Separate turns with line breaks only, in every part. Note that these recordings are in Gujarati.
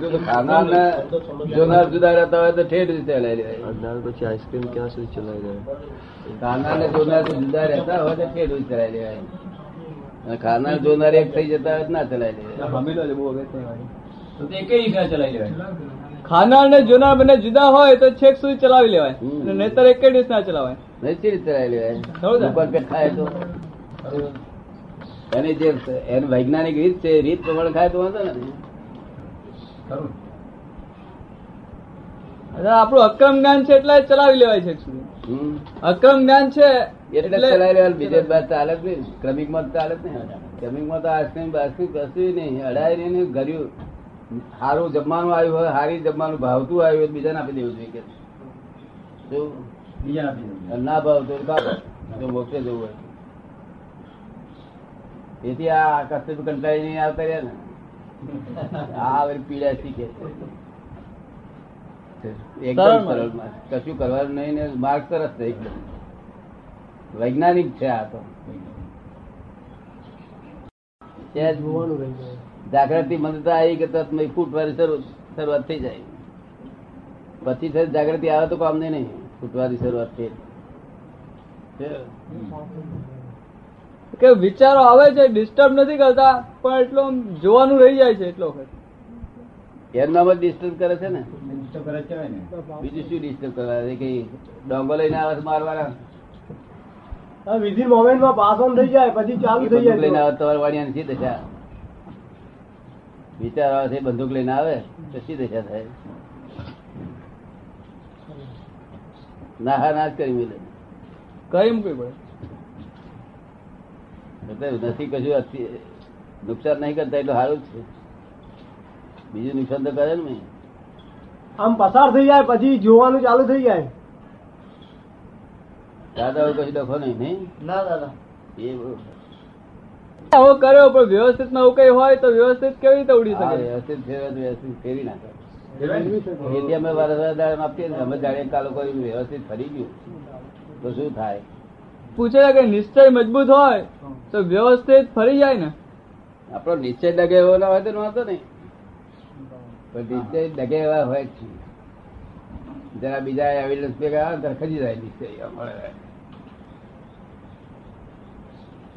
જો તો ખાનાર ને જોનાર જુદા રહેતા હોય તો ઠેઠ રીતે લઈ લેવાય
અજ્ઞાન પછી આઈસ્ક્રીમ ક્યાં સુધી ચલાવી રહ્યો
ખાનાર ને જોનાર જુદા રહેતા હોય તો ઠેઠ રીતે લઈ લેવાય અને ખાનાર જોનાર એક થઈ જતા હોય તો ના ચલાવી લેવાય
તો તે કઈ રીતના ચલાવી લેવાય
ખાનાર ને જોનાર બંને જુદા હોય તો છેક સુધી ચલાવી લેવાય
હમ.
અને નહીંતર એક જ દિવસ ના ચલાવાય
નહીં સી રીતે ચલાવી
ખરું
લેવાય
ને?
ઉપર પેટ ખાય તો એની જે એની વૈજ્ઞાનિક રીત છે એ રીત પ્રમાણે ખાય તો વાંધો નથી
ખરું
અને આપણું અક્રમ જ્ઞાન છે એટલે ચલાવી લેવાય છેક સુધી
હમ.
અક્રમ જ્ઞાન છે
એટલે જ ચલાવી લેવાનું બીજે બાદ ચાલે જ નહીં ક્રમિક માં ચાલે જ નહીં ક્રમિક માં તો આઈસ્ક્રીમ બાસ્ક્રીમ કશું નહીં અડાય નહીં ને ગર્યું સારું જમવાનું આવ્યું હોય સારી જમવાનું ભાવતું આવ્યું હોય તો બીજાને આપી દેવું જોઈએ કે જો
બીજા આપી દઉં.
અને ના ભાવતું હોય તો આપો. જો મોક્ષે જવું હોય એથી આ કશું કંટાળી નહીં આવતા રહ્યા ને આ વળી પીડા શીખે છે. એકદમ
સરળ
સરળ માર્ગ. કશું કરવાનું નહીં ને માર્ગ સરસ છે એકદમ વૈજ્ઞાનિક છે આ તો ત્યાં જ જાગૃતિ મંદતા આવી કે તત્મય ફૂટવાની શરૂ- શરૂઆત થઈ જાય પછી થઈને જાગૃતિ આવે તો કામ નહીં નહીં ફૂટવાની શરૂઆત થઈ
કે વિચારો આવે છે ડિસ્ટર્બ નથી કરતા પણ એટલો આમ જોવાનું રહી જાય છે એટલો વખત
એમનામાં જ disturb કરે છે ને
તો કરે જ કહેવાય ને
બીજું શું disturb કરવા છે? કઈ ડોંગો લઈને આવે છે મારવાના
વિધિન મોમેન્ટ માં પાસ ઓન થઈ જાય પછી ચાલુ
એ
થઈ
બંદૂક લઈને
જાય
આવે તો તમારે વાણિયાની શી દશા વિચાર આવે છે બંદૂક લઈને આવે તો શી દશા થાય નાહા નાશ કરી મિલે
કઈ મૂકવી પડે
એટલે નથી કશું અતિ- નુકસાન નહીં કરતા એટલું સારું જ છે બીજું નુકસાન તો કરે ને નહીં.
આમ પસાર થઈ જાય પછી જોવાનું ચાલુ થઈ જાય
દાદા હોય કશું લખો નહીં નહીં
ના દાદા
એ બરોબર.
આવો કર્યો પણ વ્યવસ્થિત માં એવું કઈ હોય તો વ્યવસ્થિત કેવી રીતે ઉડી
આ
શકે
વ્યવસ્થિત ફેરવે તો વ્યવસ્થિત ફેરવી નાખે
કહેવાય ને?
એથી અમે વારંવાર દાડમ આપીએ ને અમે જાણીએ કે આ લોકો એમ વ્યવસ્થિત ફરી ગયું તો શું થાય
પૂછે છે કે નિશ્ચય મજબૂત હોય તો વ્યવસ્થિત ફરી જાય ને
આપણો નિશ્ચય ડગે એવો ના હોય તો નહોતો નહીં પણ નિશ્ચય ડગે એવા હોય જ છે. જરા બીજા એવિડન્સ ભેગા આવે ને ત્યારે ખજી જાય નિશ્ચય એવા મળે.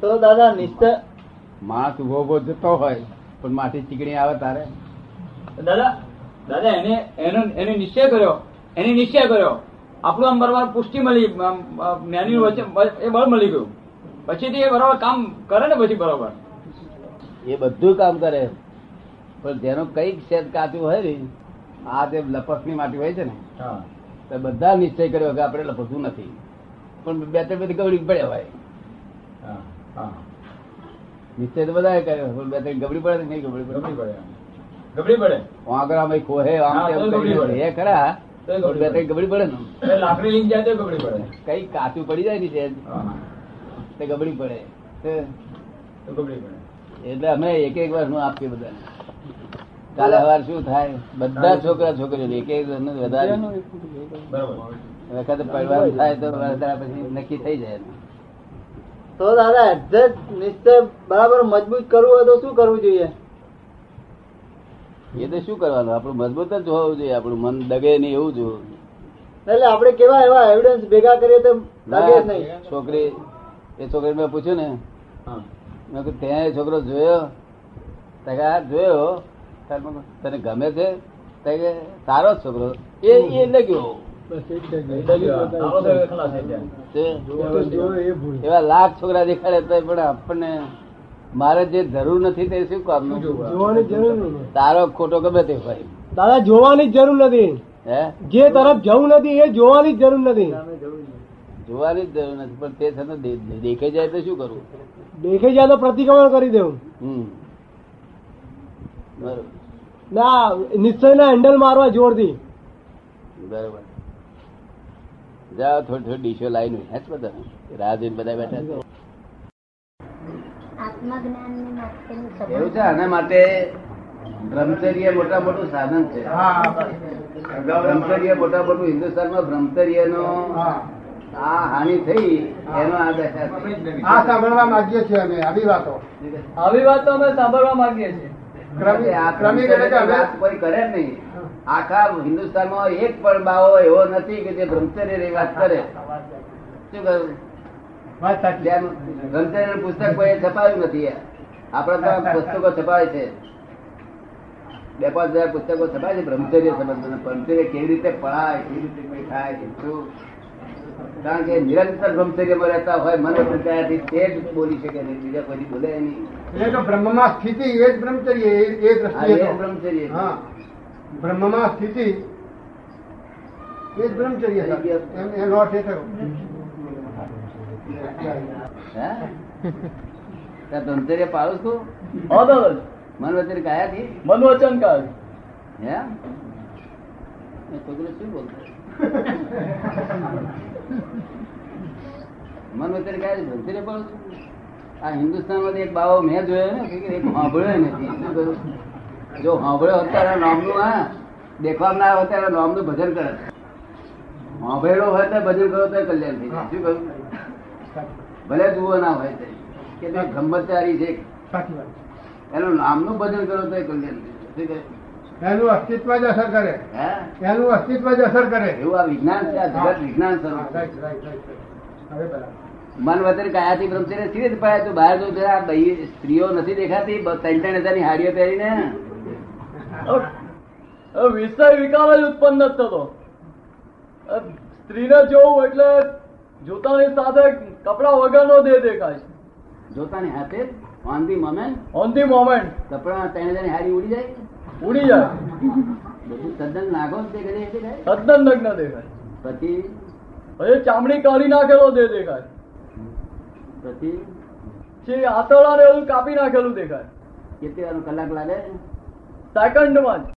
તો દાદા નિશ્ચય
માણસ ઉભો ઉભો જતો હોય પણ માથી ચીકણી આવે તારે
દાદા દાદા એને એનો એને નિશ્ચય કર્યો એને નિશ્ચય કર્યો આપણું આમ બરાબર પુષ્ટિ મળી જ્ઞાની વચ્ચે એ બળ મળી ગયું પછી એ બરાબર કામ કરે ને પછી બરાબર
એ બધું કામ કરે પણ જેનો કઈક શેર કાચું હોય ને આ જે લપસની માટી હોય છે ને
હા
તો બધા નિશ્ચય કર્યો કે આપણે લપસવું નથી પણ બે ત્રણ બધી ગવડી પડ્યા હોય
હા હા
નિશ્ચય તો બધાએ કર્યો પણ બે ત્રણ ગબડી પડે ને નહીં ગબડી પડે
ગબડી પડે ગબડી પડે
વાંકરામાં ખોહે આમ
હા,
તેમ
તોય ગબડી
કરીને
પડે.
એ ખરા
તોય
પણ
ગબડી
બે ત્રણ ગબડી પડે ને
એટલે લાકડી લઈને જાય તો ગબડી પડે
કઈ કાચું પડી જાય ને ત્યાં
હા
તે ગબડી પડે હે.
તો ગબડી પડે
એટલે અમે એક એક વાર નું આપીએ બધાને કાલે સવાર શું થાય બધા છોકરા છોકરીઓ એક એક નું વધારે
બરાબર
વખતે પડવાનું થાય તો વધારે પછી નક્કી થઈ જાય એનું.
તો દાદા એડજસ્ટ નિશ્ચય બરાબર મજબૂત કરવું હોય તો શું કરવું જોઈએ
એ તો શું કરવાનું આપણું મજબૂત જ હોવું જોઈએ આપણું મન ડગે નહીં એવું જોવું
એટલે આપણે કેવા એવા એવિડન્સ ભેગા કરીએ તો લાગે જ નહીં
ના, છોકરી એ છોકરી મેં પૂછ્યું ને
હા
મેં કીધું ત્યાં એ છોકરો જોયો તે કે આ જોયો ત્યારે મેં કીધું, તને ગમે છે તે કે તારો જ છોકરો એ એ લગ્યો
આવો તો ખલાસ થઈ જાય
તે
એ ભૂલ
એવા લાખ છોકરા દેખાડે તો પણ આપણને મારે જે જરૂર નથી તે શું કામનું
જોવાની જરૂર નથી
તારો ખોટો ગમે તે ભાઈ
દાદા જોવાની જ જરૂર નથી
હે
જે તરફ જવું નથી એ જોવાની જ જરૂર નથી
જોવાની જ જરૂર નથી પણ તે થતું દે- દે- દેખાઈ જાય તો શું કરવું
દેખાઈ જાય તો પ્રતિક્રમણ કરી દેવું
હમ બરોબર
ના નિશ્ચયના હેન્ડલ મારવા જોરથી
બરોબર જાઓ થોડી થોડી ડીશો લાવીને હેચ બધા રાહ જોઈને બધા બેઠા છે
આત્મજ્ઞાન ને માટેનું
એવું
સબંધ
છે આના માટે બ્રહ્મચર્ય મોટા મોટું સાધન છે બ્રહ્મચર્ય મોટા મોટું હિન્દુસ્તાનમાં બ્રહ્મચર્યનો આ હાનિ થઈ એનો આ દશા છે.
સાંભળવા માંગીએ છીએ અમે આવી વાતો
આવી વાતો અમે સાંભળવા માંગીએ છીએ
ક્રમિક-
આ
ક્રમિક એટલે કે હવે-
વાત કોઈ કરે જ નહીં આખા હિન્દુસ્તાનમાં એક પણ બાવો એવો નથી કે જે બ્રહ્મચર્ય ની વાત કરે શું કહ્યું
વાત સાચી.
બ્રહ્મચર્ય પુસ્તક કોઈ છપાયું નથી આપણા તો પુસ્તકો છપાય છે બે પાંચ હજાર પુસ્તકો છપાય છે બ્રહ્મચર્ય સંબંધોને બ્રહ્મચર્ય કેવી રીતે પળાય કેવી રીતે કોઈ થાય શું કારણ કે નિરંતર બ્રહ્મચર્યમાં રહેતા હોય મન પ્રત્યાથી તે જ બોલી શકે નહીં બીજા કોઈ બોલે નહીં
એ તો બ્રહ્મમાં સ્થિતિ એ જ બ્રહ્મચર્ય એ એ
આ એ
દ્રષ્ટિએ
જ બ્રહ્મચર્ય છે.
તો. હા બ્રહ્મમાં સ્થિતિ એ જ બ્રહ્મચર્ય છે. એમ- એનો અર્થ એ થયો
હે? તાર બ્રહ્મચર્ય પાળું છું
અદલ
મન વચન કાયાથી
મનોવચન કાળ
હે એ છોકરો શું બોલતો મન વચન કાયાથી બ્રહ્મચર્ય પાળું છું આ હિન્દુસ્તાનમાં એક બાવો મેં જોયો ને કે એક સાંભળ્યો નથી શું કહ્યું? જો સાંભળ્યો હોત ત્યારે નામનું હા દેખવા ના હોત ત્યારે નામનું ભજન કરે સાંભળેલો હોય તો ભજન કરો તો કલ્યાણ થઈ જાય શું કહ્યું ભલે જુઓ ના હોય તો કે તે બ્રહ્મચારી છે
સાચી વાત છે.
એનું નામનું ભજન કરો તો એ કલ્યાણ થઈ જાય. શું
એનું અસ્તિત્વ જ અસર કરે
કહે? હે?
એનું અસ્તિત્વ જ અસર કરે
એવું આ વિજ્ઞાન છે આ જગત વિજ્ઞાન
હા,
સ્વરૂપ છે.
Right right right right. હવે બરાબર
મન વતન કાયાથી બ્રહ્મચર્ય સી રીતે પાયા તું બહાર જોઉં આ બઈ- સ્ત્રીઓ નથી દેખાતી બ- ત્રણ ત્રણ હજારની હાડીઓ પહેરીને
વિષય વિકાર જ ઉત્પન્ન જ થતો અ, સ્ત્રીને જોવું એટલે જોતાની સાથે કપડા વગરનો દેહ દેખાય છે
જોતાની હાથે on the moment
on the moment
કપડા ત્રણ હજારની હાડી ઉડી જાય
ઉડી જાય
બધું તદ્દન નાગો જ દેખાય છે કાંઈ.
સદન લગ્ન દેખાય
પછી
હવે ચામડી કાઢી નાખેલો દેહ દેખાય
પછી
જે આતળા ને એવું કાપી નાખેલું દેખાય
કેટલી વારનો કલાક લાગે
સેકન્ડમાં જ